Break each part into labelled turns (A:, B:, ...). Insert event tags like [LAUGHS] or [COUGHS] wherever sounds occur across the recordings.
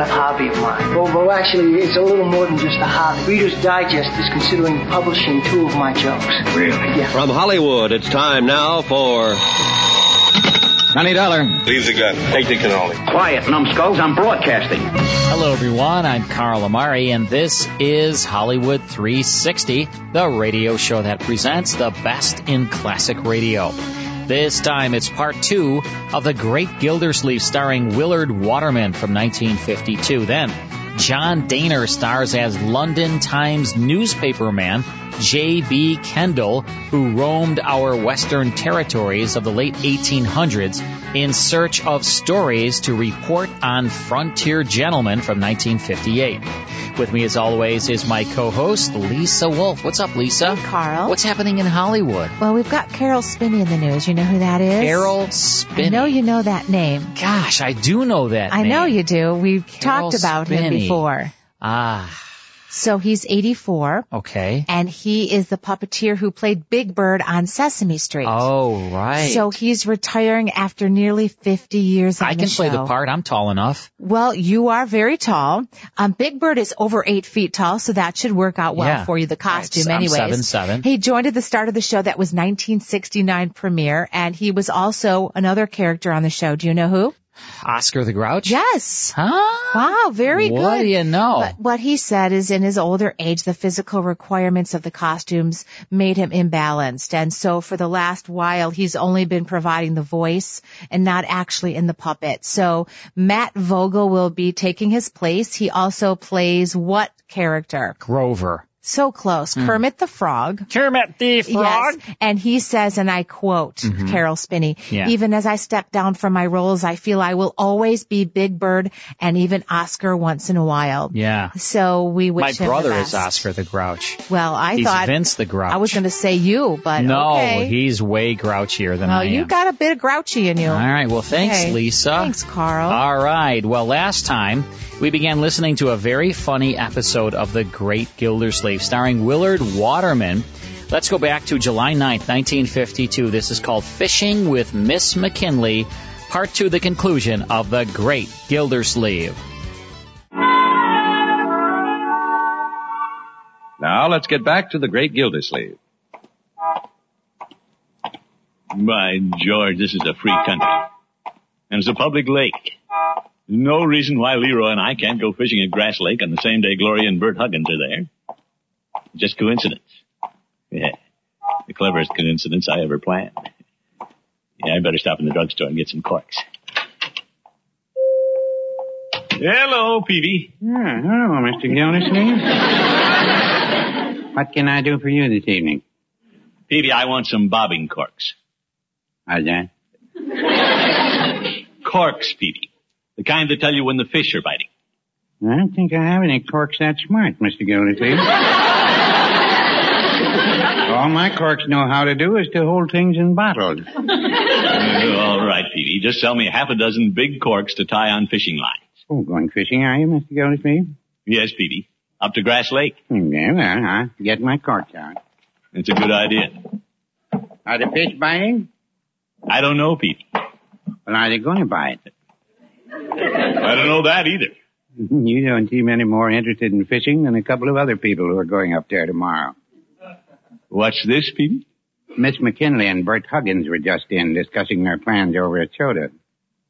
A: of hobby of mine. Well, well, actually, it's a little more than just a hobby. Reader's Digest is considering publishing two of my jokes.
B: Really?
A: Yeah.
C: From Hollywood, it's time now for. Johnny Dollar.
D: Leave the gun. Take the cannoli.
E: Quiet, numbskulls. I'm broadcasting.
F: Hello, everyone. I'm Carl Amari, and this is Hollywood 360, the radio show that presents the best in classic radio. This time it's part two of The Great Gildersleeve starring Willard Waterman from 1952. Then, John Daner stars as London Times newspaperman J.B. Kendall, who roamed our western territories of the late 1800s in search of stories to report on Frontier Gentlemen from 1958. With me, as always, is my co host, Lisa Wolf. What's up, Lisa?
G: Hey, Carl.
F: What's happening in Hollywood?
G: Well, we've got Carol Spinney in the news. You know who that is?
F: Carol Spinney.
G: I know you know that name.
F: Gosh, I do know that.
G: I
F: name.
G: know you do. We've
F: Carol
G: talked about him
F: Spinney.
G: before.
F: Ah,
G: So he's 84,
F: okay.
G: and he is the puppeteer who played Big Bird on Sesame Street.
F: Oh, right.
G: So he's retiring after nearly 50 years on
F: I can
G: the
F: play the
G: show.
F: part. I'm tall enough.
G: Well, you are very tall. Um, Big Bird is over eight feet tall, so that should work out well
F: Yeah.
G: for you, the costume
F: I'm
G: anyways.
F: seven, seven.
G: He joined at the start of the show that was 1969 premiere, and he was also another character on the show. Do you know who?
F: Oscar the Grouch?
G: Yes.
F: Huh?
G: Wow, very good.
F: What do you know?
G: But what he said is in his older age, the physical requirements of the costumes made him imbalanced. And so for the last while, he's only been providing the voice and not actually in the puppet. So Matt Vogel will be taking his place. He also plays what character?
F: Grover.
G: So close. Kermit the Frog.
F: Mm. Kermit the Mm-hmm.
G: Yes. And he says, and I quote Carol Spinney,
F: Yeah.
G: even as I step down from my roles, I feel I will always be Big Bird and even Oscar once in a while.
F: Yeah.
G: So we wish
F: My
G: him the
F: brother is
G: best.
F: Oscar the Grouch.
G: Well, I
F: he's
G: thought
F: Vince the Grouch.
G: I was going to say you, but
F: No,
G: okay.
F: he's way grouchier than
G: well,
F: I am.
G: you got a bit of grouchy in you.
F: All right. Well, thanks,
G: Okay.
F: Lisa.
G: Thanks, Carl.
F: All right. Well, last time we began listening to a very funny episode of The Great Gildersleeve starring Willard Waterman. Let's go back to July 9th, 1952. This is called Fishing with Miss McKinley, part two, the conclusion of The Great Gildersleeve.
D: Now let's get back to the great Gildersleeve.
H: By George, this is a free country. And it's a public lake. No reason why Leroy and I can't go fishing at Grass Lake on the same day Gloria and Bert Huggins are there. Just coincidence. Yeah. The cleverest coincidence I ever planned. Yeah, I better stop in the drugstore and get some corks. Hello, Peavy.
I: hello, Mr. Gildersleeve. what can I do for you this evening?
H: Peavy, I want some bobbing corks.
I: How's that?
H: [LAUGHS] Corks, Peavy. The kind that tell you when the fish are biting.
I: I don't think I have any corks that smart, Mr. Gildersleeve. All my corks know how to do is to hold things in bottles.
H: Oh, All right, Peavy. Just sell me half a dozen big corks to tie on fishing lines.
I: Oh, going fishing, are you, Mr. Gildersleeve?
H: Yes, Peavy. Up to Grass Lake.
I: Yeah, well, I'll get my corks out.
H: It's a good idea.
I: Are the fish biting?
H: I don't know, Peavy.
I: Well, are they going to bite? [LAUGHS]
H: I don't know that either.
I: You don't seem any more interested in fishing than a couple of other people who are going up there tomorrow.
H: What's this, Peavy?
I: Miss McKinley and Bert Huggins were just in discussing their plans over a soda.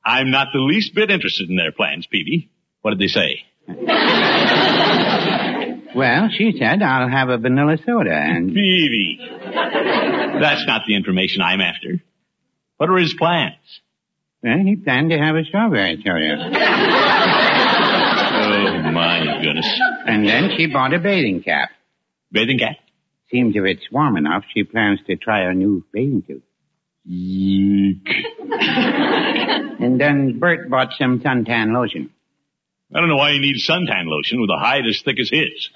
H: I'm not the least bit interested in their plans, Peavy. What did they say?
I: Well, she said, I'll have a vanilla soda and...
H: Peavy. That's not the information I'm after. What are his plans?
I: Well, he planned to have a strawberry soda.
H: Oh, my goodness.
I: And then she bought a bathing cap.
H: Bathing cat?
I: seems if it's warm enough, she plans to try her new bathing suit.
H: Yeek.
I: and then Bert bought some suntan lotion.
H: I don't know why you need suntan lotion with a hide as thick as his.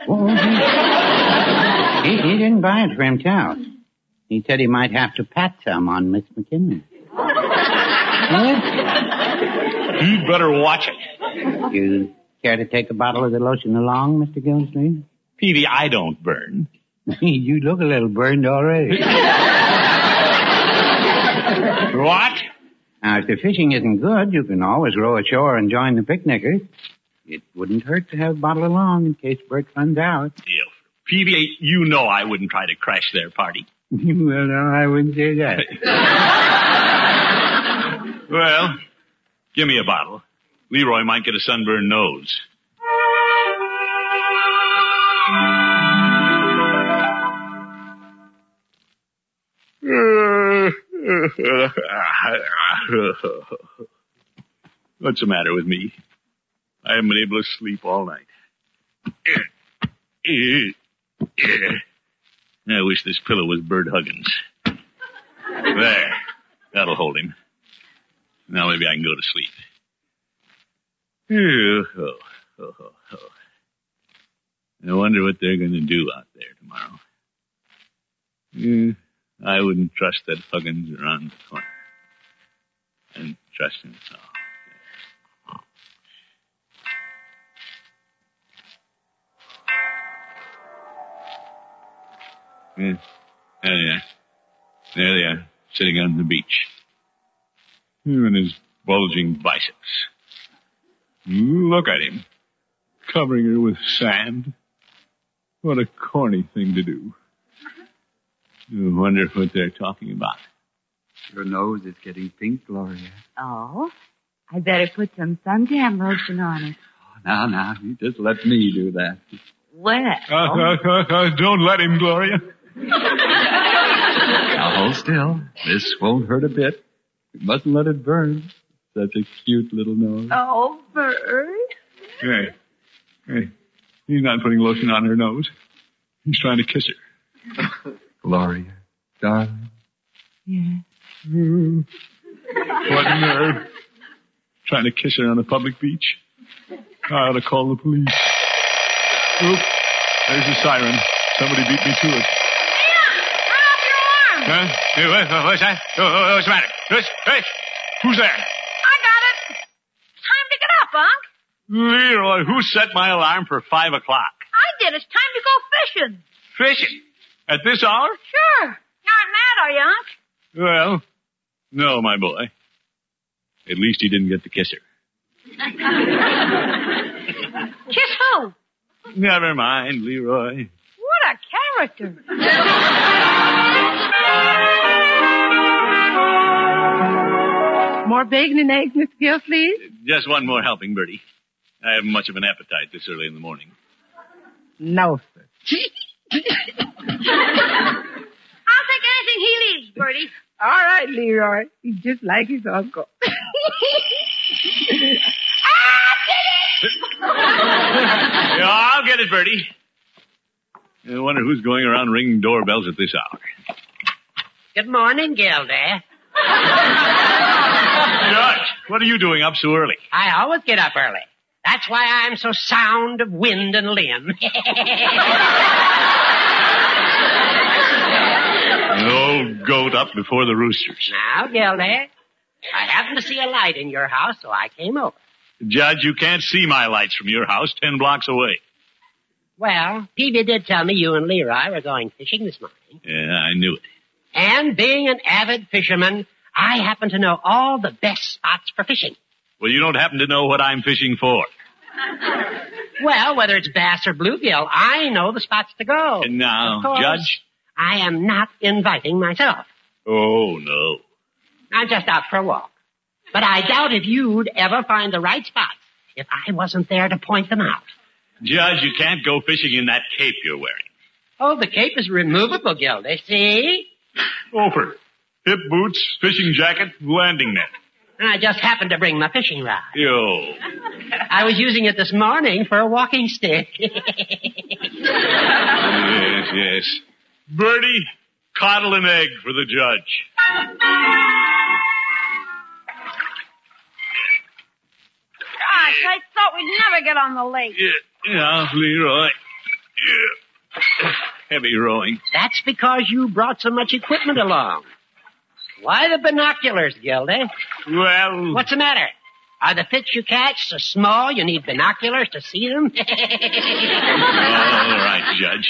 I: He, he didn't buy it for himself. He said he might have to pat some on Miss McKinley.
H: You'd better watch it.
I: You care to take a bottle of the lotion along, Mr. Gildersleeve?
H: Petey, I don't burn.
I: [LAUGHS] you look a little burned
H: [LAUGHS]
I: already.
H: what?
I: Now, if the fishing isn't good, you can always row ashore and join the picnickers. It wouldn't hurt to have a bottle along in case Bert runs out.
H: Petey, you know I wouldn't try to crash their party.
I: [LAUGHS] well, no, I wouldn't say that.
H: [LAUGHS] Well, give me a bottle. Leroy might get a sunburned nose. [LAUGHS] What's the matter with me? I haven't been able to sleep all night. [LAUGHS] I wish this pillow was Bird Huggins. There. That'll hold him. Now maybe I can go to sleep. Phew, oh, oh, oh, oh. [LAUGHS] I wonder what they're going to do out there tomorrow. Eh, I wouldn't trust that Huggins around the corner. I didn't trust him at all. Oh, Yeah. There they are. There they are, sitting on the beach. Him and his bulging biceps. Look at him, covering her with sand. What a corny thing to do. You wonder what they're talking about.
J: Your nose is getting pink, Gloria.
K: Oh, I better put some suntan lotion on it.
J: Now, now, you just let me do that.
K: Well,
H: Uh, uh, uh, uh, don't let him, Gloria.
J: Now hold still. This won't hurt a bit. You mustn't let it burn. Such a cute little nose.
K: oh, Bert.
H: Hey, hey, he's not putting lotion on her nose. He's trying to kiss her.
J: Gloria, darling.
K: Yeah.
H: What nerve. Trying to kiss her on a public beach. I ought to call the police. Oop. There's the siren. Somebody beat me to it. Huh? Hey,
L: uh,
H: what, what- what's that? Oh, oh, what's the matter? Who's, hey, who's there?
M: I got it. Time to get up, Unc.
H: Leroy, who set my alarm for five o'clock?
M: I did. It's time to go fishing.
H: Fishing. At this hour?
M: Sure. You aren't mad, are you, Unc?
H: Well, no, my boy. At least he didn't get to kiss her.
N: [LAUGHS]
M: Kiss who?
H: Never mind, Leroy.
M: What a [LAUGHS] character.
N: More bacon and eggs, Miss Gilsleeve?
H: Just one more helping, Bertie. I haven't much of an appetite this early in the morning.
N: No, sir.
M: I'll take anything he leaves, Bertie.
N: All right, Leroy. He's just like his uncle.
H: Yeah, I'll get it, Bertie. I wonder who's going around ringing doorbells at this hour.
O: Good morning, Gilda.
H: Judge, what are you doing up so early?
O: I always get up early. That's why I'm so sound of wind and limb. [LAUGHS]
H: An old goat up before the roosters.
O: now, Gilda, I happened to see a light in your house, so I came over.
H: Judge, you can't see my lights from your house ten blocks away.
O: Well, Peavy did tell me you and Leroy were going fishing this morning.
H: Yeah, I knew it.
O: And being an avid fisherman, I happen to know all the best spots for fishing.
H: Well, you don't happen to know what I'm fishing for.
O: Well, whether it's bass or bluegill, I know the spots to go.
H: Now,
O: Of course,
H: Judge?
O: I am not inviting myself.
H: Oh, no.
O: I'm just out for a walk. But I doubt if you'd ever find the right spots if I wasn't there to point them out.
H: Judge, you can't go fishing in that cape you're wearing.
O: Oh, the cape is removable, Gilda. See?
H: Over. Hip boots, fishing jacket, landing net.
O: And I just happened to bring my fishing rod.
H: Yo.
O: I was using it this morning for a walking stick.
H: Yes, yes. Bertie, coddle an egg for the judge.
M: Gosh, I thought we'd never get on the lake.
H: Yeah, Leroy. Yeah. Heavy rowing.
O: That's because you brought so much equipment along. Why the binoculars, Gildy?
H: Well.
O: What's the matter? Are the fish you catch so small you need binoculars to see them? [LAUGHS]
H: All right, Judge.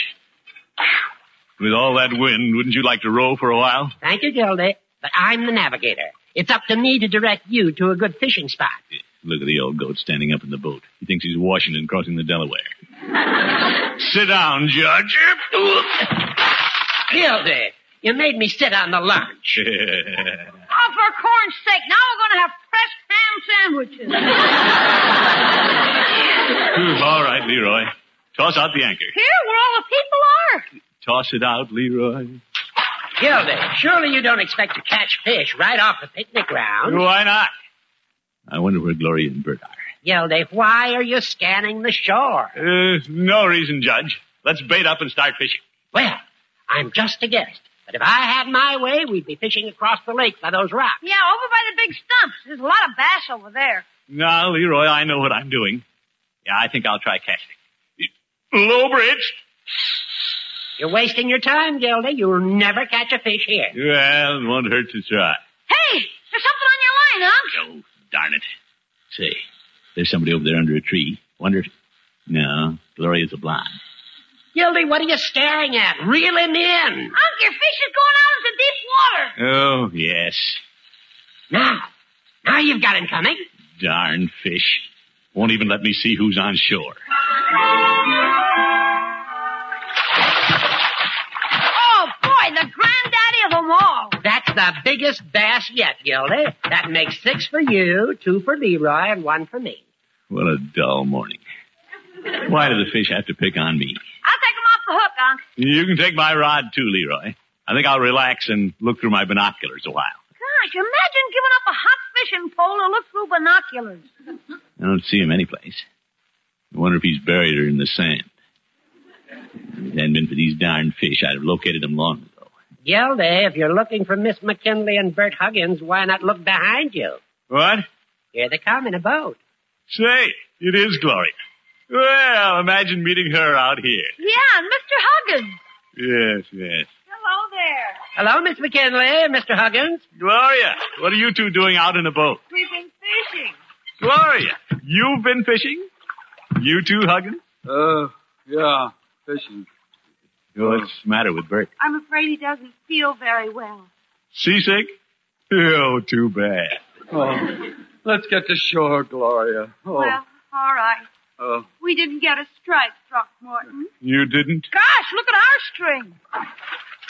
H: With all that wind, wouldn't you like to row for a while?
O: Thank you, Gildy, but I'm the navigator. It's up to me to direct you to a good fishing spot.
H: Look at the old goat standing up in the boat. He thinks he's Washington crossing the Delaware. sit down, Judge. [LAUGHS]
O: Gildy, you made me sit on the lunch.
M: Oh, for corn's sake, now we're going to have pressed ham sandwiches.
H: Hmm, all right, Leroy. Toss out the anchor.
M: Here, where all the people are.
H: Toss it out, Leroy.
O: Gildy, surely you don't expect to catch fish right off the picnic ground.
H: Why not? I wonder where Gloria and Bert are.
O: Gildy, why are you scanning the shore?
H: Uh, no reason, Judge. Let's bait up and start fishing.
O: Well, I'm just a guest. But if I had my way, we'd be fishing across the lake by those rocks.
M: Yeah, over by the big stumps. There's a lot of bass over there.
H: No, Leroy, I know what I'm doing. Yeah, I think I'll try casting. Low bridge.
O: You're wasting your time, Gildy. You'll never catch a fish here.
H: Well, it won't hurt to try.
M: Hey, there's something on your line, huh?
H: Oh, darn it. Say, there's somebody over there under a tree. Wonder if... No, Gloria's a blonde.
O: Gildy, what are you staring at? Reel him in.
M: Unc, your fish is going out into deep water.
H: Oh, yes.
O: Now, now you've got him coming.
H: Darn fish. Won't even let me see who's on shore.
M: Oh, boy, the granddaddy of them all.
O: That's the biggest bass yet, Gildy. That makes six for you, two for Leroy, and one for me.
H: What a dull morning. Why do the fish have to pick on me?
M: I'll take him off the hook, Unc.
H: You can take my rod too, Leroy. I think I'll relax and look through my binoculars a while.
M: Gosh, imagine giving up a hot fishing pole to look through binoculars.
H: I don't see him anyplace. I wonder if he's buried or in the sand. If it hadn't been for these darn fish, I'd have located him long ago.
O: Gildy, if you're looking for Miss McKinley and Bert Huggins, why not look behind you?
H: What?
O: Here they come in a boat.
H: Say, it is Gloria. Well, imagine meeting her out here.
M: Yeah, and Mr. Huggins.
H: Yes, yes.
M: Hello there.
O: Hello, Miss McKinley, Mr. Huggins.
H: Gloria, what are you two doing out in a boat?
M: We've been fishing.
H: Gloria, you've been fishing? You too, Huggins?
J: Uh, yeah, fishing.
H: What's the matter with Bert?
M: I'm afraid he doesn't feel very well.
H: Seasick? Oh, too bad.
J: Oh, let's get to shore, Gloria. Oh.
M: Well, all right.
J: Uh,
M: we didn't get a strike, Throckmorton.
H: You didn't?
M: Gosh, look at our string.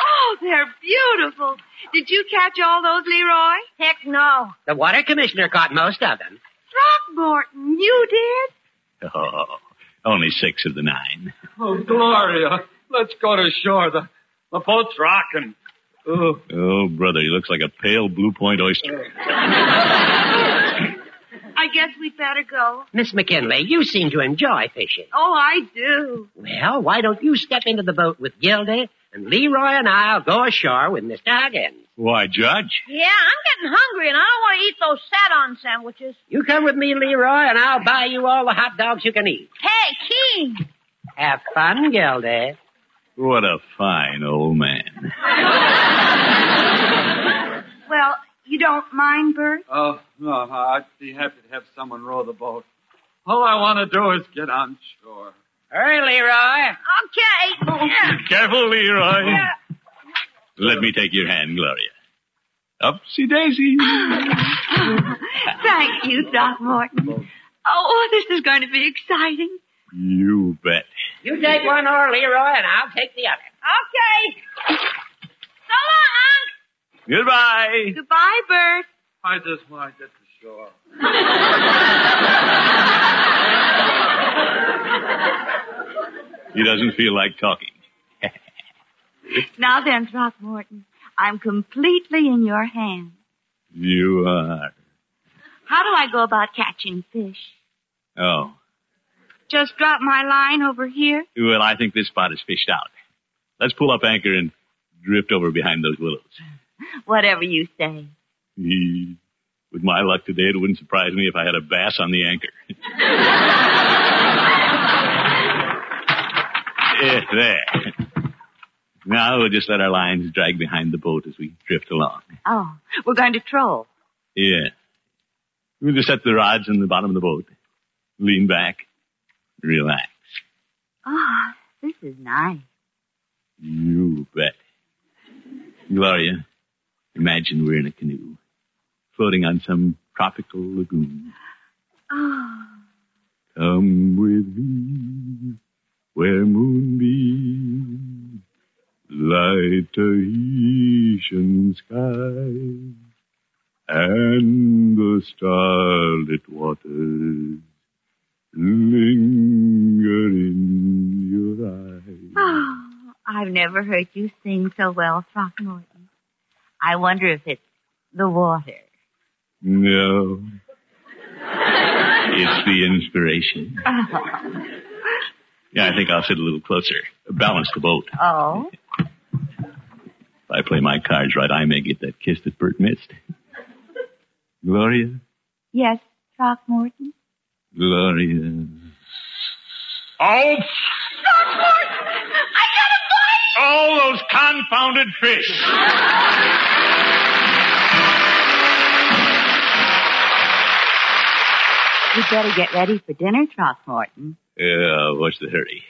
M: Oh, they're beautiful. Did you [LAUGHS] catch all those, Leroy? Heck no.
O: The water commissioner caught most of them.
M: Throckmorton, you
H: did? Oh, only six of the nine.
J: Oh, Gloria, let's go to shore. The, the boat's rocking. Oh.
H: oh, brother, he looks like a pale blue point oyster.
M: I guess we'd better go.
O: Miss McKinley, you seem to enjoy fishing.
M: Oh, I do.
O: Well, why don't you step into the boat with Gildy, and Leroy and I'll go ashore with Mr. Huggins.
H: Why, Judge?
M: Yeah, I'm getting hungry, and I don't want to eat those sat-on sandwiches.
O: You come with me, Leroy, and I'll buy you all the hot dogs you can eat.
M: Hey, King!
O: Have fun, Gildy.
H: What a fine old man.
M: well, you don't mind, Bert?
J: Oh, no, I'd be happy to have someone row Oh, the boat. All I want to do is get on shore.
O: Hurry, Leroy.
M: Okay. Yeah.
H: Careful, Leroy.
M: Yeah.
H: Let me take your hand, Gloria. Upsy daisy.
M: [LAUGHS] Thank you, Throckmorton. Oh, this is going to be exciting.
H: You bet.
O: You take one or Leroy, and I'll take the
M: other. Okay. So long, Unc.
H: Goodbye.
M: Goodbye, Bert.
J: I just want to get to shore.
H: he doesn't feel like talking.
M: now then, Throckmorton, I'm completely in your hands.
H: You are.
M: How do I go about catching fish?
H: Oh.
M: Just drop my line over here?
H: Well, I think this spot is fished out. Let's pull up anchor and drift over behind those willows.
M: Whatever you say.
H: With my luck today, it wouldn't surprise me if I had a bass on the anchor. Eh, there. Now we'll just let our lines drag behind the boat as we drift along.
M: Oh, we're going to troll.
H: Yeah. We'll just set the rods in the bottom of the boat, lean back, relax.
M: Oh, this is nice.
H: You bet. Gloria, imagine we're in a canoe, floating on some tropical lagoon.
M: Oh,
H: Come with me, where moonbeams light Tahitian skies and the starlit waters linger in your eyes.
M: oh, I've never heard you sing so well, Throckmorton. I wonder if it's the water.
H: No. It's the inspiration. Yeah, I think I'll sit a little closer. Balance the boat.
M: Oh,
H: If I play my cards right, I may get that kiss that Bert missed. Gloria,
M: yes, Throckmorton.
H: Gloria.
P: Oh,
M: Throckmorton, I got a bite!
P: all those confounded fish.
M: We'd better get ready for dinner, Throckmorton.
H: Yeah, what's the hurry?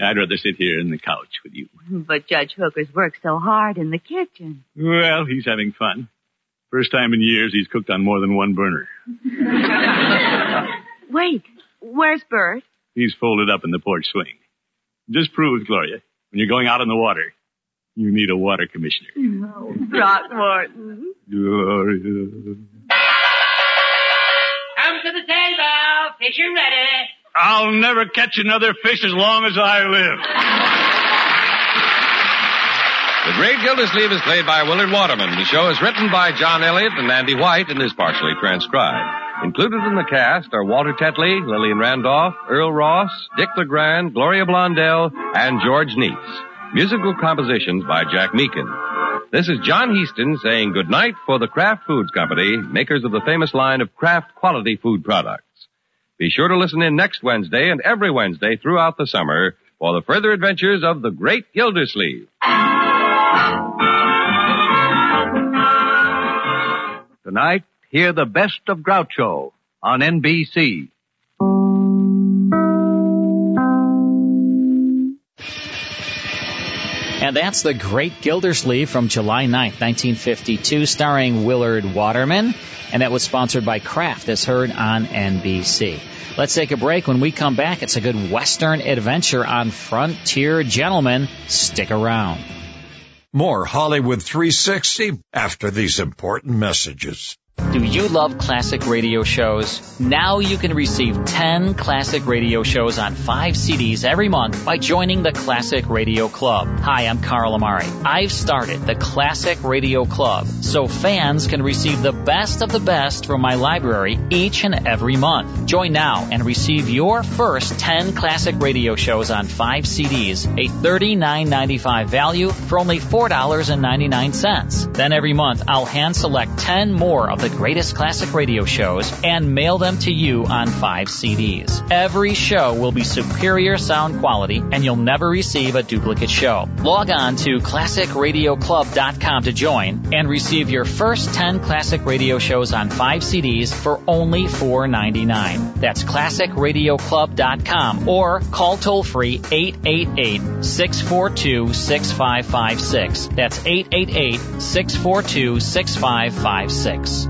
H: I'd rather sit here on the couch with you.
M: But Judge Hooker's worked so hard in the kitchen.
H: Well, he's having fun. First time in years he's cooked on more than one burner.
M: Wait, where's Bert?
H: He's folded up in the porch swing. Just proves, Gloria, when you're going out in the water, you need a water commissioner.
M: No. Throckmorton.
H: Gloria.
O: Come to the table, picture ready.
P: I'll never catch another fish as long as I live.
Q: The Great Gildersleeve is played by Willard Waterman. The show is written by John Elliott and Andy White and is partially transcribed. Included in the cast are Walter Tetley, Lillian Randolph, Earl Ross, Dick LeGrand, Gloria Blondell, and George Neitz. Musical compositions by Jack Meakin. This is John Heaston saying goodnight for the Kraft Foods Company, makers of the famous line of Kraft quality food products. Be sure to listen in next Wednesday and every Wednesday throughout the summer for the further adventures of the Great Gildersleeve.
R: Tonight, hear the best of Groucho on NBC.
F: And that's The Great Gildersleeve from July 9th, 1952, starring Willard Waterman. And that was sponsored by Kraft, as heard on NBC. Let's take a break. When we come back, it's a good Western adventure on Frontier Gentlemen. Stick around.
S: More Hollywood 360 after these important messages.
F: Do you love classic radio shows? Now you can receive 10 classic radio shows on 5 CDs every month by joining the Classic Radio Club. Hi, I'm Carl Amari. I've started the Classic Radio Club so fans can receive the best of the best from my library each and every month. Join now and receive your first 10 classic radio shows on 5 CDs, a $39.95 value for only $4.99. Then every month I'll hand select 10 more of the greatest classic radio shows and mail them to you on 5 CDs. Every show will be superior sound quality and you'll never receive a duplicate show. Log on to classicradioclub.com to join and receive your first 10 classic radio shows on 5 CDs for only $4.99. That's classicradioclub.com or call toll free 888 642 6556. That's 888 642 6556.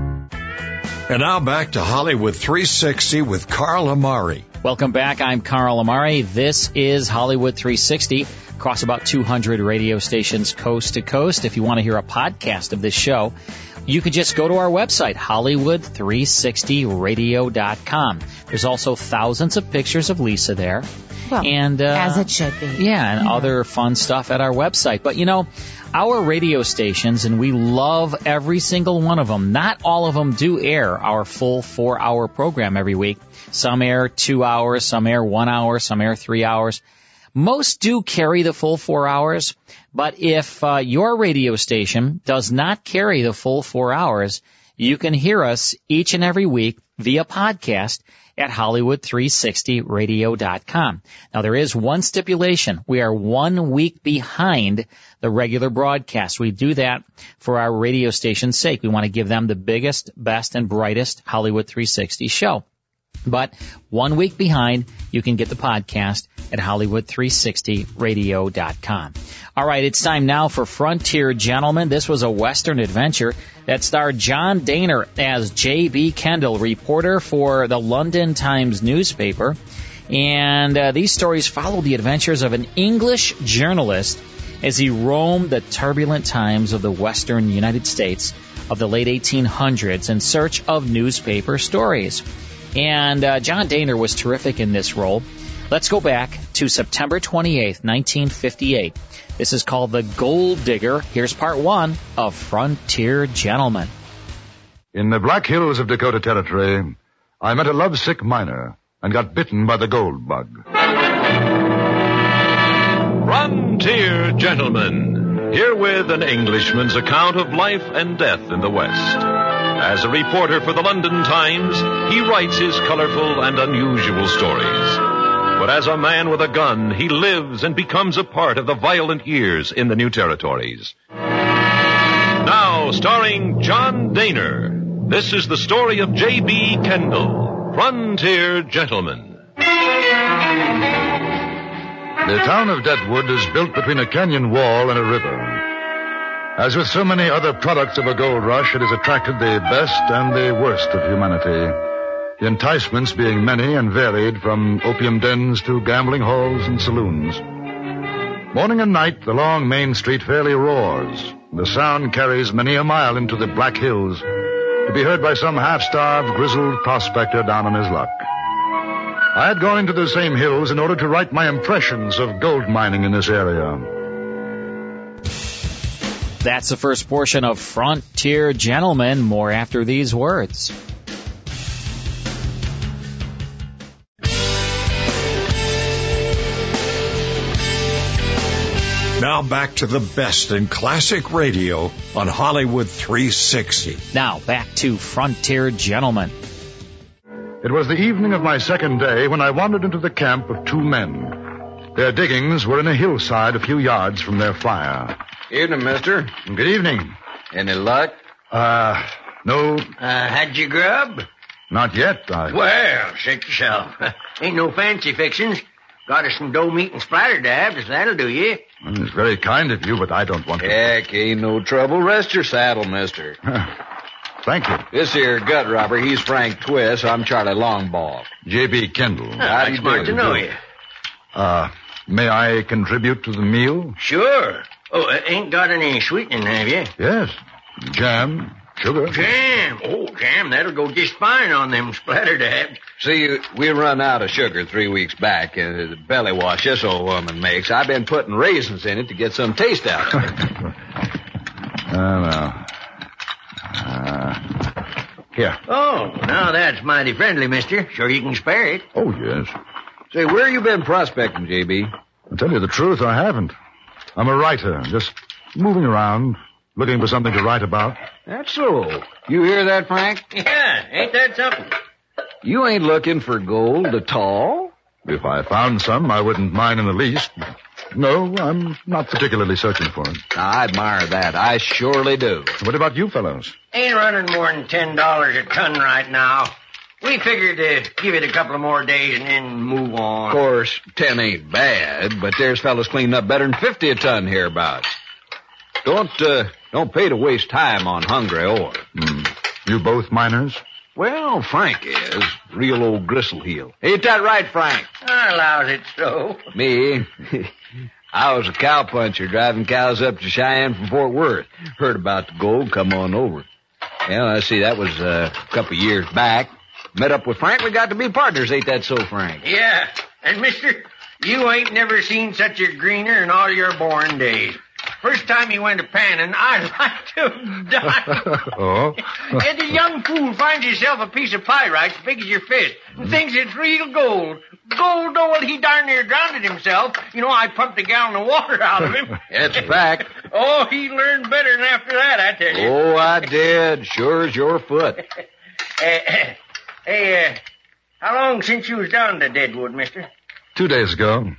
S: And now back to Hollywood 360 with Carl Amari.
F: Welcome back. I'm Carl Amari. This is Hollywood 360 across about 200 radio stations coast to coast. If you want to hear a podcast of this show, you can just go to our website, Hollywood360radio.com. There's also thousands of pictures of Lisa there.
G: Well,
F: and, uh,
G: as it should be.
F: Yeah, and other fun stuff at our website. But you know, our radio stations, and we love every single one of them. Not all of them do air our full four hour program every week. Some air two hours, some air one hour, some air three hours. Most do carry the full four hours, but if uh, your radio station does not carry the full four hours, you can hear us each and every week via podcast at Hollywood360radio.com. Now there is one stipulation. We are one week behind the regular broadcast. We do that for our radio station's sake. We want to give them the biggest, best, and brightest Hollywood 360 show. But one week behind, you can get the podcast at Hollywood360radio.com. All right, it's time now for Frontier Gentlemen. This was a Western adventure that starred John Daner as J.B. Kendall, reporter for the London Times newspaper. And uh, these stories follow the adventures of an English journalist as he roamed the turbulent times of the Western United States of the late 1800s in search of newspaper stories. And uh, John Daner was terrific in this role. Let's go back to September 28th, 1958. This is called The Gold Digger. Here's part one of Frontier Gentlemen.
T: In the Black Hills of Dakota Territory, I met a lovesick miner and got bitten by the gold bug.
U: Frontier Gentlemen, here with an Englishman's account of life and death in the West. As a reporter for the London Times, he writes his colorful and unusual stories. But as a man with a gun, he lives and becomes a part of the violent years in the new territories. Now, starring John Daner, this is the story of J.B. Kendall, Frontier Gentleman.
T: The town of Deadwood is built between a canyon wall and a river. As with so many other products of a gold rush, it has attracted the best and the worst of humanity. The enticements being many and varied from opium dens to gambling halls and saloons. Morning and night, the long main street fairly roars. The sound carries many a mile into the Black Hills to be heard by some half-starved, grizzled prospector down on his luck. I had gone into those same hills in order to write my impressions of gold mining in this area.
F: That's the first portion of Frontier Gentlemen. More after these words.
S: Now back to the best in classic radio on Hollywood 360.
F: Now back to Frontier Gentlemen.
T: It was the evening of my second day when I wandered into the camp of two men. Their diggings were in a hillside a few yards from their fire.
V: Evening, mister.
T: Good evening.
V: Any luck?
T: Uh, no. Uh,
V: had you grub?
T: Not yet. I...
V: Well, shake yourself. [LAUGHS] Ain't no fancy fixings. Got us some dough meat and splatter dabs. That'll do you.
T: It's very kind of you, but I don't want to.
V: Heck, ain't no trouble. Rest your saddle, mister.
T: [SIGHS] Thank you.
V: This here gut robber, he's Frank Twist. I'm Charlie Longball.
T: J.B. Kendall.
V: How do you do? to know you.
T: Uh, may I contribute to the meal?
V: Sure. Oh, uh, ain't got any sweetening, have you?
T: Yes. Jam, sugar.
V: Jam. Oh, jam, that'll go just fine on them splattered abs. See, we run out of sugar three weeks back. Uh, the belly wash this old woman makes. I've been putting raisins in it to get some taste out
L: [LAUGHS]
V: of it.
T: oh, no. Uh, here.
V: Oh, now that's mighty friendly, mister. Sure you can spare it.
T: Oh, yes.
V: Say, where you been prospecting, J.B.?
T: I'll tell you the truth, I haven't. I'm a writer, just moving around, looking for something to write about.
V: That's so. You hear that, Frank?
L: Yeah, ain't that something?
V: You ain't looking for gold at all?
T: If I found some, I wouldn't mind in the least. No, I'm not particularly searching for it.
V: I admire that. I surely do.
T: What about you fellows?
L: Ain't running more than ten dollars a ton right now. We figured to give it a couple of more days and then move on.
V: Of course, ten ain't bad, but there's fellows cleaning up better than fifty a ton hereabouts. Don't uh, don't pay to waste time on hungry ore.
T: Mm. You both miners?
V: Well, Frank is real old gristleheel. Ain't that right, Frank?
L: I allows it so. [LAUGHS]
V: Me. I was a cowpuncher driving cows up to Cheyenne from Fort Worth. Heard about the gold, come on over. Well, I see that was uh, a couple of years back. Met up with Frank, we got to be partners, ain't that so, Frank?
L: Yeah. And, mister, you ain't never seen such a greener in all your born days. First time he went to Panning, I [LAUGHS] like to
V: [LAUGHS]
L: have died.
T: Oh?
L: and the young fool finds himself a piece of pyrite as big as your fist and thinks it's real gold. Gold, oh, well, he darn near drowned himself. You know, I pumped a gallon of water out of him.
V: [LAUGHS] That's a fact.
L: [LAUGHS] Oh, he learned better than after that, I tell you.
V: Oh, I did. Sure as your foot.
L: Eh, hey, uh, how long since you was down to Deadwood, mister?
T: Two days ago.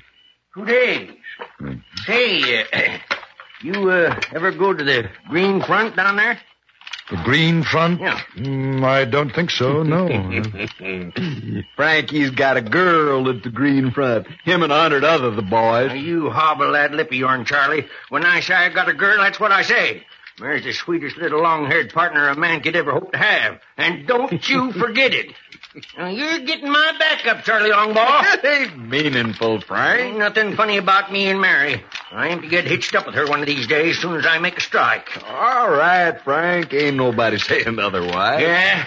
L: Two days.
V: Hmm.
L: Say, uh, [COUGHS] you uh, ever go to the Green Front down there?
T: The green front?
L: Yeah.
T: Mm, I don't think so,
V: [LAUGHS]
T: no.
V: Mm-hmm. Frankie's got a girl at the green front. Him and a hundred other of the boys.
L: Now, [LAUGHS] you hobble that lip of yourn, Charlie. When I say I got a girl, that's what I say. Mary's the sweetest little long-haired partner a man could ever hope to have. And
V: [LAUGHS]
L: don't you forget it. Now, you're getting my back up,
V: [LAUGHS]
L: Charlie Longbaugh.
V: ain't meaningful,
L: Ain't
V: Frank.
L: nothing funny about me and Mary. I aim to get hitched up with her one of these days soon as I make a strike.
V: All right, Frank. Ain't nobody saying otherwise.
L: Yeah?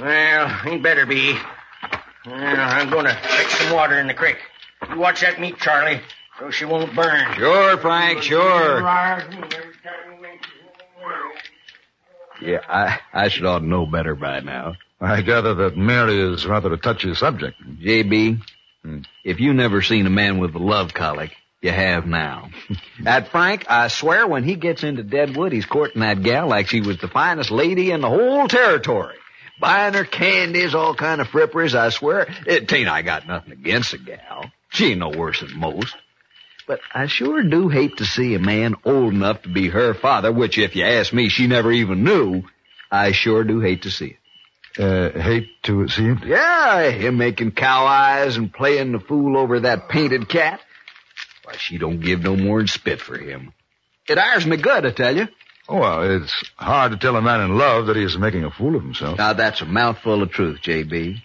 L: Well, he better be. Well, I'm going to fetch some water in the creek. You watch that meat, Charlie, so she won't burn.
V: Sure, Frank, sure. Yeah, I, I should ought to know better by now.
T: I gather that Mary is rather a touchy subject.
V: JB, hmm, if you never seen a man with a love colic, you
T: [LAUGHS]
V: have now. that Frank, I swear when he gets into Deadwood, he's courting that gal like she was the finest lady in the whole territory. Buying her candies, all kind of fripperies, I swear. It ain't I got nothing against the gal. She ain't no worse than most. But I sure do hate to see a man old enough to be her father, which if you ask me, she never even knew. I sure do hate to see it.
T: Uh, hate to see it.
V: Yeah, him making cow eyes and playing the fool over that painted cat. Why, she don't give no more'n spit for him. It irons me good, I tell you.
T: Oh, well, it's hard to tell a man in love that he is making a fool of himself.
V: Now that's a mouthful of truth, J.B.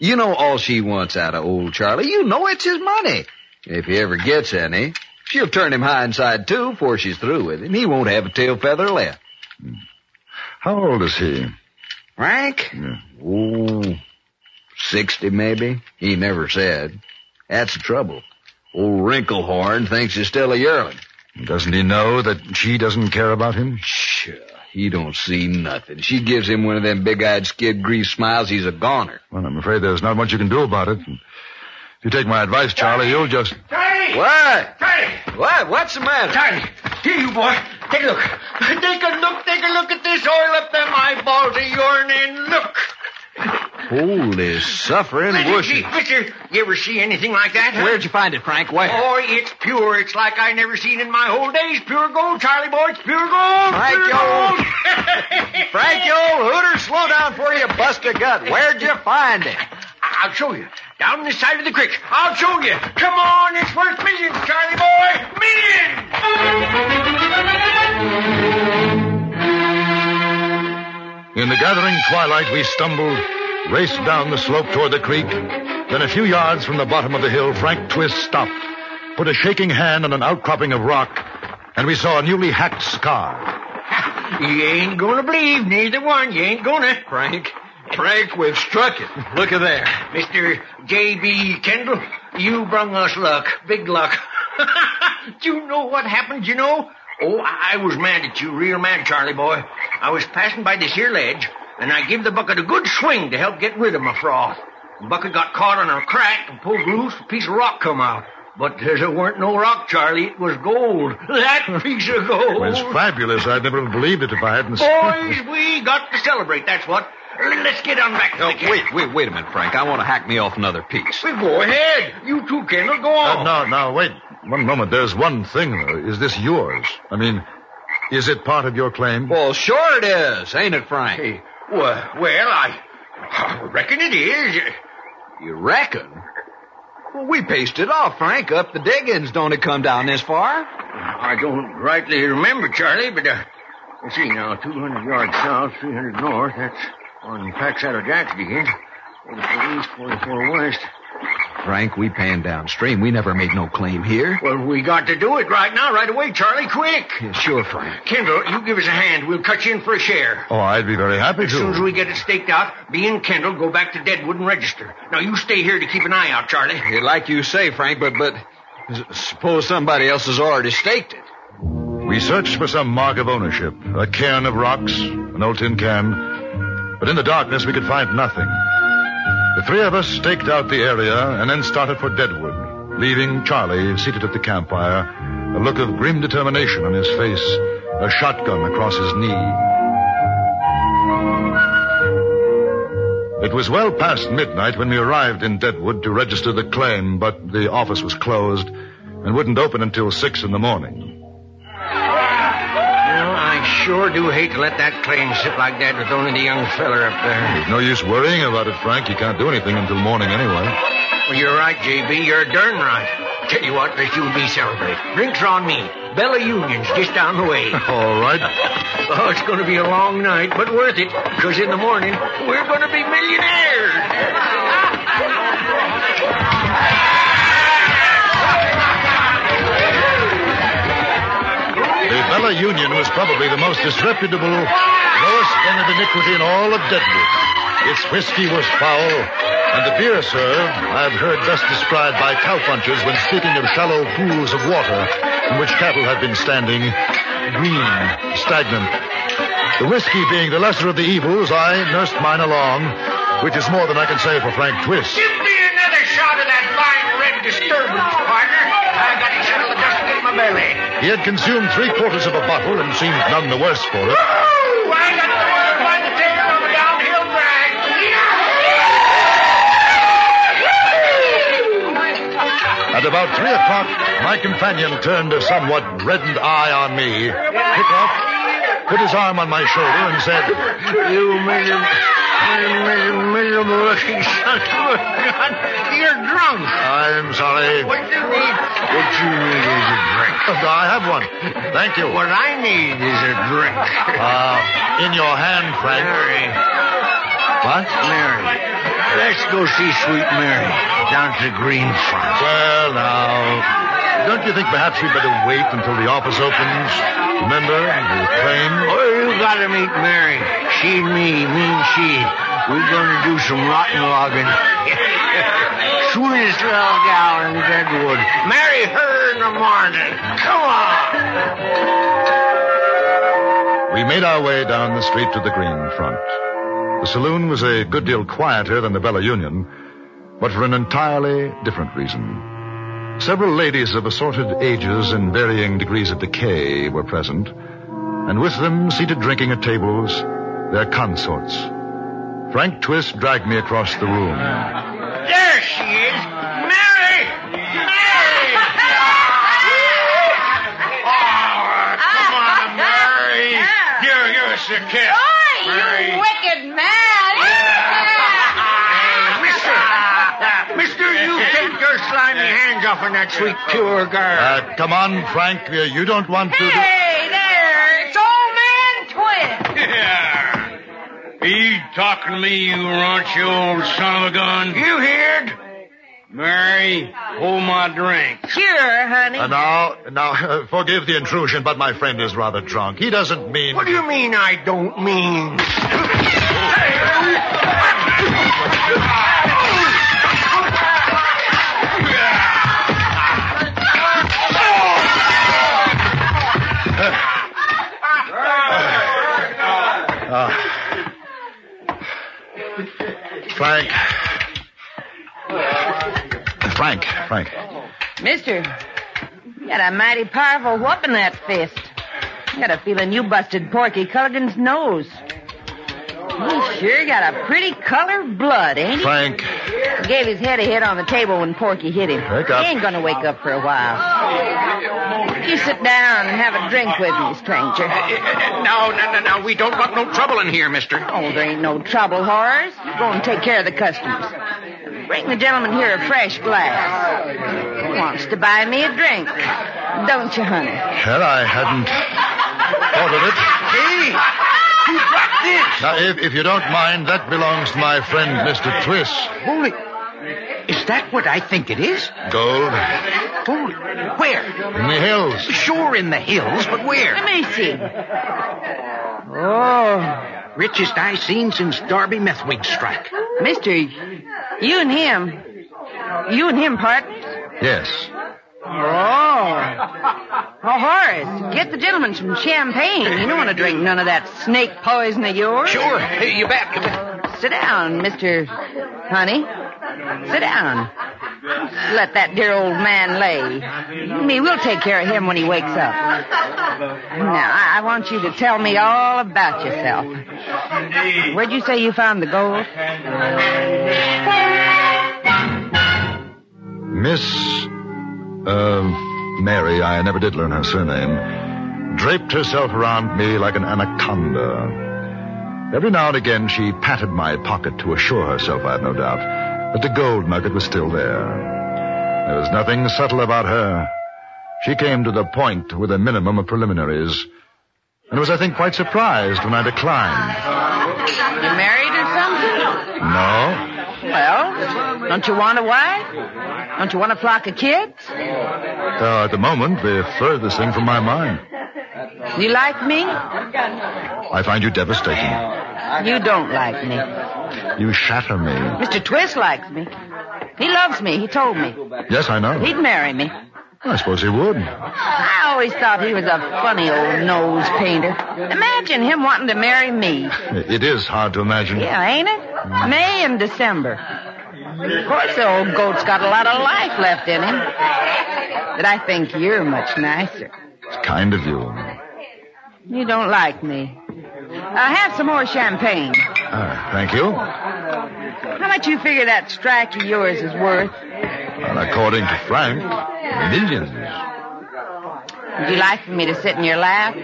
V: You know all she wants out of old Charlie. You know it's his money. If he ever gets any, she'll turn him high inside too before she's through with him. He won't have a tail feather left.
T: Hmm. How old is he?
V: Frank? Oh, 60 maybe. He never said. That's the trouble. Old Wrinklehorn thinks he's still a yearling.
T: Doesn't he know that she doesn't care about him?
V: Sure, he don't see nothing. She gives him one of them big-eyed skid grease smiles. He's a goner.
T: Well, I'm afraid there's not much you can do about it. If you take my advice, Charlie, you'll just.
L: Charlie!
V: What?
L: Charlie!
V: What? What's the matter?
L: Charlie! Here, you boy. Take a look. Take a look. Take a look at this oil up them eyeballs of yourn and look.
V: Holy suffering
L: Let it
V: bushes.
L: be, Mister, you ever see anything like that? huh?
V: Where'd you find it, Frank? Where?
L: Oh, it's pure. It's like I never seen in my whole days. Pure gold, Charlie boy. It's pure gold.
V: Frank,
L: pure
V: you old-
L: gold. [LAUGHS]
V: Frank, you old hooter, slow down before you bust a gut. Where'd you find it?
L: I- I'll show you. Down the side of the creek. I'll show you. Come on, it's worth millions, Charlie boy. Millions!
T: In the gathering twilight, we stumbled, raced down the slope toward the creek. Then, a few yards from the bottom of the hill, Frank Twist stopped, put a shaking hand on an outcropping of rock, and we saw a newly hacked scar.
L: You ain't gonna believe neither one. You ain't gonna.
V: Frank, Frank, we've struck it. Look at there.
L: Mr. J.B. Kendall, you brung us luck. Big luck. [LAUGHS] Do you know what happened, you know? Oh, I I was mad at you, real mad, Charlie boy. I was passing by this here ledge, and I give the bucket a good swing to help get rid of my froth. The bucket got caught on a crack and pulled loose, a piece of rock come out. But there weren't no rock, Charlie. It was gold. That piece of
T: It
L: gold.
T: was fabulous. I'd never have believed it if I hadn't. [LAUGHS]
L: Boys, we got to celebrate, that's what. L- Let's get on back to
V: No,
L: the camp.
V: Oh, wait, wait, wait a minute, Frank. I want to hack me off another piece.
L: Well, go ahead. You too, Kendall. Go
T: Uh,
L: on.
T: no, no, wait. One moment. There's one thing, though. Is this yours? I mean, is it part of your claim?
V: Well, sure it is, ain't it, Frank?
L: Well, well, I, I reckon it is.
V: You reckon? Well, we paced it off, Frank, up the diggings. Don't it come down this far?
L: I don't rightly remember, Charlie, but uh, let's see now. 200 yards south, 300 north. That's on Paxato Jack's begins. 44 eh? east, 44 west.
V: Frank, we panned downstream. We never made no claim here.
L: Well, we got to do it right now, right away, Charlie. Quick.
V: Yeah, sure, Frank.
L: Kendall, you give us a hand. We'll cut you in for a share.
T: Oh, I'd be very happy
L: As soon as
T: to.
L: we get it staked out, me and Kendall go back to Deadwood and register. Now you stay here to keep an eye out, Charlie.
V: Yeah, Like you say, Frank, but but s- suppose somebody else has already staked it.
T: We searched for some mark of ownership a cairn of rocks, an old tin can. But in the darkness, we could find nothing. The three of us staked out the area and then started for Deadwood, leaving Charlie seated at the campfire, a look of grim determination on his face, a shotgun across his knee. It was well past midnight when we arrived in Deadwood to register the claim, but the office was closed and wouldn't open until six in the morning.
L: Well, I sure do hate to let that claim sit like that with only the young feller up there.
T: There's no use worrying about it, Frank. You can't do anything until morning anyway.
L: Well, you're right, J.B. You're darn right. Tell you what, let's you and me celebrate. Drinks on me. Bella Union's just down the way.
T: All right.
L: Oh, it's going to be a long night, but worth it, because in the morning, we're going to be millionaires.
T: The Bella Union was probably the most disreputable, lowest standard iniquity in all of Deadwood. Its whiskey was foul, and the beer served, I've heard best described by cowpunchers when speaking of shallow pools of water in which cattle have been standing, green, stagnant. The whiskey being the lesser of the evils, I nursed mine along, which is more than I can say for Frank Twist.
L: Give me another shot of that fine red disturbance, partner. I got to settle the dust in my belly.
T: He had consumed three quarters of a bottle and seemed none the worse for it.
L: Woo! I got the word by the tail of a downhill drag.
T: At about three o'clock, my companion turned a somewhat reddened eye on me, took off, put his arm on my shoulder, and said,
L: You miserable, miserable looking son of a gun. You're drunk.
T: I'm sorry. Oh,
L: What do you need? What you need is a drink.
T: I have one. Thank you.
L: What I need is a drink.
T: Uh, in your hand, Frank.
L: Mary.
T: What?
L: Mary. Let's go see Sweet Mary down to the Green Farm.
T: Well, now, don't you think perhaps we'd better wait until the office opens? Remember, the claim?
L: Oh, you gotta meet Mary. She, me, me, and she. We're gonna do some rotten logging. [LAUGHS] Sweetest little gal in Deadwood. Marry her in the morning. Come on.
T: We made our way down the street to the Green Front. The saloon was a good deal quieter than the Bella Union, but for an entirely different reason. Several ladies of assorted ages and varying degrees of decay were present, and with them, seated drinking at tables, their consorts. Frank Twist dragged me across the room.
L: There she is. Mary! Mary! oh, come on, Mary. Here, give us a kiss.
M: Boy,
L: Mary.
M: you wicked man.
O: [LAUGHS]
L: Hey, mister. mister, you take your slimy hands off on that sweet, pure girl.
T: Uh, come on, Frank. Uh, You don't want to. do-
M: Hey, there. It's old man Twist.
P: Yeah. Are you talking to me, you raunchy old son of a gun?
L: You heard?
P: Mary, hold my drink.
M: Sure, honey.
T: Uh, now, now, [LAUGHS] forgive the intrusion, but my friend is rather drunk. He doesn't mean.
L: What do you mean I don't mean?
T: Ah. Frank. Frank, Frank.
N: Mister, you got a mighty powerful whoop in that fist. I got a feeling you busted Porky Culligan's nose. He sure got a pretty color of blood, ain't he?
T: Frank.
N: Gave his head a hit on the table when Porky hit him.
T: Wake up.
N: He ain't gonna wake up for a while. You sit down and have a drink with me, stranger.
L: [LAUGHS] No, no, no, no. We don't want no trouble in here, mister.
N: Oh, there ain't no trouble, Horace. Go and take care of the customers. Bring the gentleman here a fresh glass. He wants to buy me a drink. Don't you, honey?
T: Well, I hadn't thought of it. Now, if,
L: Hey, who dropped this?
T: if you don't mind, that belongs to my friend, Mr. Twist.
L: Holy. Is that what I think it is?
T: Gold.
L: Holy. Where?
T: In the hills.
L: Sure, in the hills, but
N: Let
L: where?
N: me see.
L: Oh. Richest I seen since Darby Methwig's strike.
N: Mister, you and him. You and him, part.
T: Yes.
N: Oh. Oh, Horace, get the gentleman some champagne. You don't want to drink none of that snake poison of yours.
L: Sure, you bet. You bet.
N: Sit down, Mr. Honey. Sit down. Let that dear old man lay. Me, we'll take care of him when he wakes up. Now, I, I want you to tell me all about yourself. Where'd you say you found the gold?
T: Miss. Uh. Mary, I never did learn her surname, draped herself around me like an anaconda. Every now and again she patted my pocket to assure herself, I have no doubt, that the gold nugget was still there. There was nothing subtle about her. She came to the point with a minimum of preliminaries, and was, I think, quite surprised when I declined.
N: You married or something?
T: No.
N: Well, don't you want a wife? Don't you want a flock of kids?
T: Uh, at the moment, the furthest thing from my mind.
N: You like me?
T: I find you devastating.
N: You don't like me.
T: You shatter me.
N: Mr. Twist likes me. He loves me. He told me.
T: Yes, I know.
N: He'd marry me.
T: I suppose he would.
N: I always thought he was a funny old nose painter. Imagine him wanting to marry me.
T: It is hard to imagine.
N: Yeah, ain't it? May and December. Of course, the old goat's got a lot of life left in him. But I think you're much nicer.
T: It's kind of you.
N: You don't like me. Uh, have some more champagne.
T: Uh, thank you.
N: How much you figure that strike of yours is worth?
T: Well, according to Frank, millions.
N: Would you like for me to sit in your lap?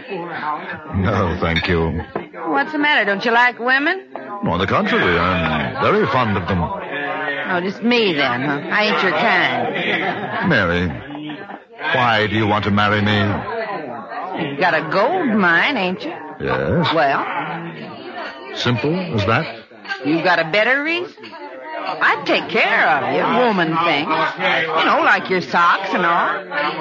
T: No, thank you.
N: What's the matter? Don't you like women?
T: On the contrary, I'm very fond of them.
N: Oh, just me then, huh? I ain't your kind.
T: Mary, why do you want to marry
N: me? You've got a gold mine, ain't you?
T: Yes.
N: Well?
T: Simple as that.
N: You've got a better reason? I'd take care of you, woman thing. You know, like your socks and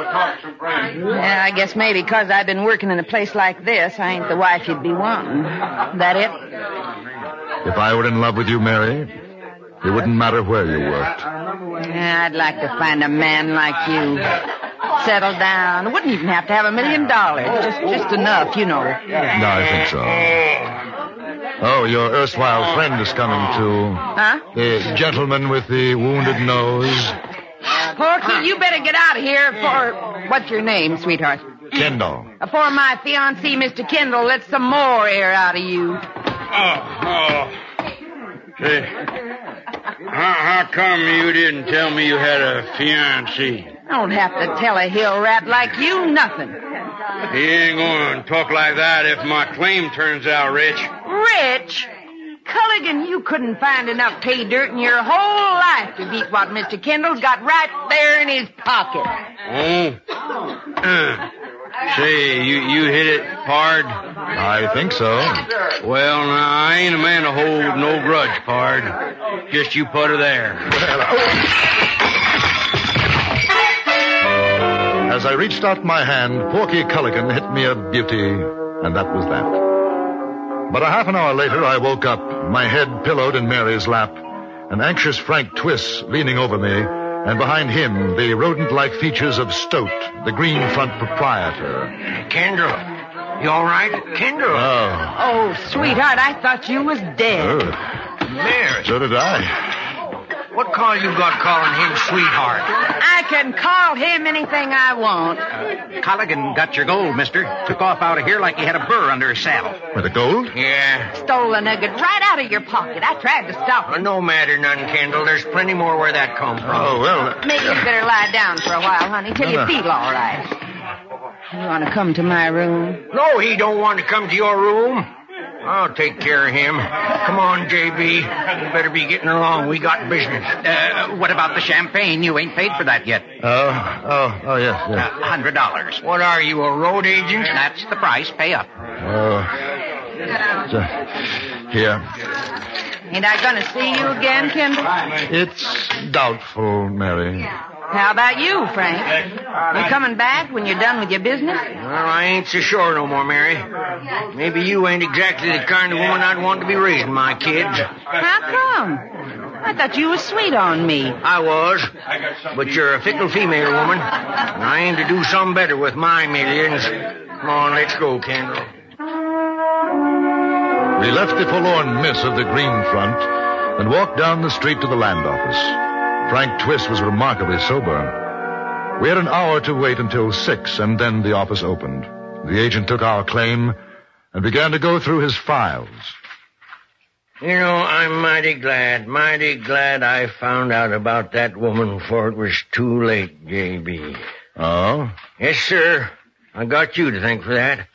N: all. Yeah, I guess maybe because I've been working in a place like this, I ain't the wife you'd be wanting. That it?
T: If I were in love with you, Mary, it wouldn't matter where you worked.
N: Yeah, I'd like to find a man like you. Settle down. Wouldn't even have to have a million dollars. Just, just enough, you know. No,
T: I think so. Oh, your erstwhile friend is coming too.
N: Huh?
T: The gentleman with the wounded nose.
N: Porky, you better get out of here for what's your name, sweetheart?
T: Kendall.
N: Before my fiancé, Mr. Kendall, lets some more air out of you.
P: Uh, Oh, oh. Say, how, how come you didn't tell me you had a fiancé?
N: I don't have to tell a hill rat like you nothing.
P: He ain't going to talk like that if my claim turns out rich.
N: Rich? Culligan, you couldn't find enough pay dirt in your whole life to beat what Mr. Kendall's got right there in his pocket.
P: Oh.
T: Hmm.
P: Uh. Say, you, you hit it hard?
T: I think so.
P: Well, now, I ain't a man to hold no grudge, Pard. Just you put her there. Well,
T: As I reached out my hand, Porky Culligan hit me a beauty, and that was that. But a half an hour later, I woke up, my head pillowed in Mary's lap, an anxious Frank Twist leaning over me, and behind him, the rodent-like features of Stoat, the green front proprietor.
L: Kendra, you all right? Kendra?
T: Oh.
N: Oh, sweetheart, I thought you was dead.
T: Oh.
L: Mary.
T: So did I.
L: What call you got calling him sweetheart?
N: I can call him anything I want.
L: Uh, Colligan got your gold, mister. Took off out of here like he had a burr under his saddle.
T: With the gold?
L: Yeah.
N: Stole a nugget right out of your pocket. I tried to stop him.
L: Uh, no matter none, Kendall. There's plenty more where that come from.
T: Oh, well. Uh,
N: Maybe you better lie down for a while, honey, till no, you feel all right. You want to come to my
T: uh,
N: room?
L: No, he don't want to come to your room. I'll take care of him. Come on, J.B. You better be getting along. We got business.
B: Uh, what about the champagne? You ain't paid for that yet.
T: Oh, oh, oh, yes, yes.
B: Uh, Hundred dollars.
L: What are you, a road agent?
B: That's the price. Pay up.
T: Oh. Uh, here.
N: Ain't I going to see you again, Kendall?
T: It's doubtful, Mary.
N: How about you, Frank? You coming back when you're done with your business?
L: Well, I ain't so sure no more, Mary. Maybe you ain't exactly the kind of woman I'd want to be raising my kids.
N: How come? I thought you were sweet on me.
L: I was. But you're a fickle female woman. And I aim to do some better with my millions. Come on, let's go, Kendall.
T: We left the forlorn miss of the green front and walked down the street to the land office. Frank Twist was remarkably sober. We had an hour to wait until six, and then the office opened. The agent took our claim and began to go through his files.
L: You know, I'm mighty glad, mighty glad I found out about that woman before it was too late, J.B.
T: Oh?
L: Yes, sir. I got you to thank for that.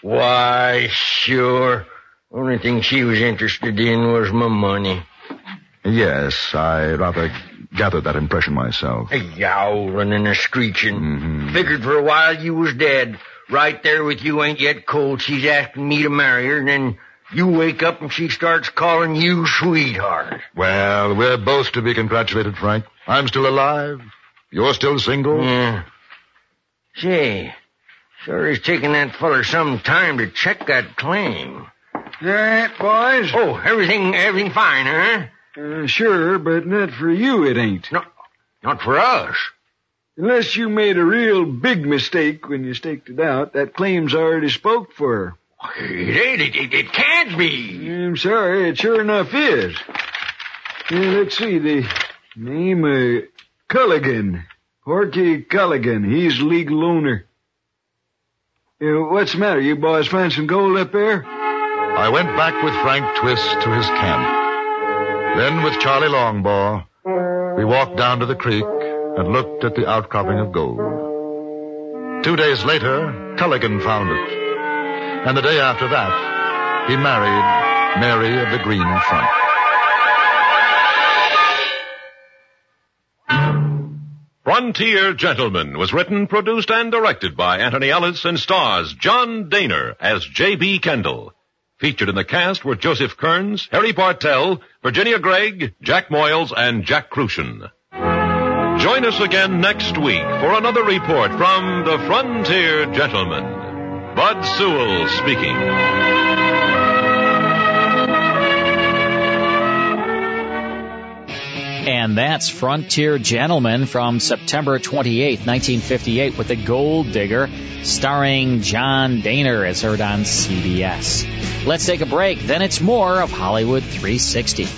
L: Why, sure. Only thing she was interested in was my money.
T: Yes, I rather gathered that impression myself.
L: A yowling and a screeching. Figured for a while you was dead. Right there with you ain't yet cold. She's asking me to marry her, and then you wake up and she starts calling you sweetheart.
T: Well, we're both to be congratulated, Frank. I'm still alive. You're still single.
L: Yeah. Say, sure is taking that feller some time to check that claim.
W: That, boys?
L: Oh, everything, everything fine, huh?
W: Uh, sure, but not for you it ain't.
L: No, not for us.
W: Unless you made a real big mistake when you staked it out, that claim's already spoke for.
L: It ain't. It, it, it can't be.
W: I'm sorry, it sure enough is. Yeah, let's see, the name, uh, Culligan. Porky Culligan, he's legal owner. Yeah, what's the matter? You boys find some gold up there?
T: I went back with Frank Twist to his camp. Then, with Charlie Longbaugh, we walked down to the creek and looked at the outcropping of gold. Two days later, Culligan found it. And the day after that, he married Mary of the Green Front.
U: Frontier Gentleman was written, produced, and directed by Anthony Ellis and stars John Daner as J.B. Kendall. Featured in the cast were Joseph Kearns, Harry Bartell, Virginia Gregg, Jack Moyles, and Jack Crucian. Join us again next week for another report from the Frontier Gentleman. Bud Sewell speaking.
F: And that's Frontier Gentleman from September 28, 1958, with The Gold Digger, starring John Daner, as heard on CBS. Let's take a break, then it's more of Hollywood 360.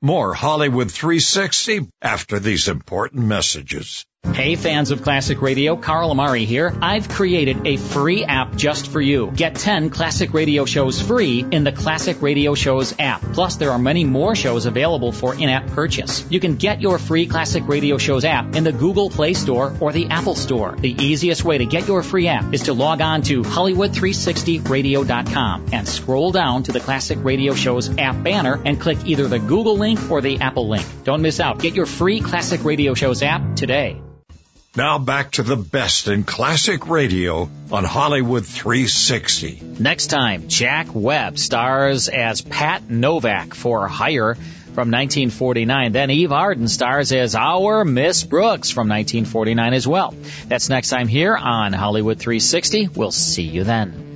S: More Hollywood 360 after these important messages.
F: Hey fans of classic radio, Carl Amari here. I've created a free app just for you. Get 10 classic radio shows free in the Classic Radio Shows app. Plus, there are many more shows available for in-app purchase. You can get your free Classic Radio Shows app in the Google Play Store or the Apple Store. The easiest way to get your free app is to log on to Hollywood360radio.com and scroll down to the Classic Radio Shows app banner and click either the Google link or the Apple link. Don't miss out. Get your free Classic Radio Shows app today.
S: Now back to the best in classic radio on Hollywood 360.
F: Next time, Jack Webb stars as Pat Novak for Hire from 1949. Then Eve Arden stars as Our Miss Brooks from 1949 as well. That's next time here on Hollywood 360. We'll see you then.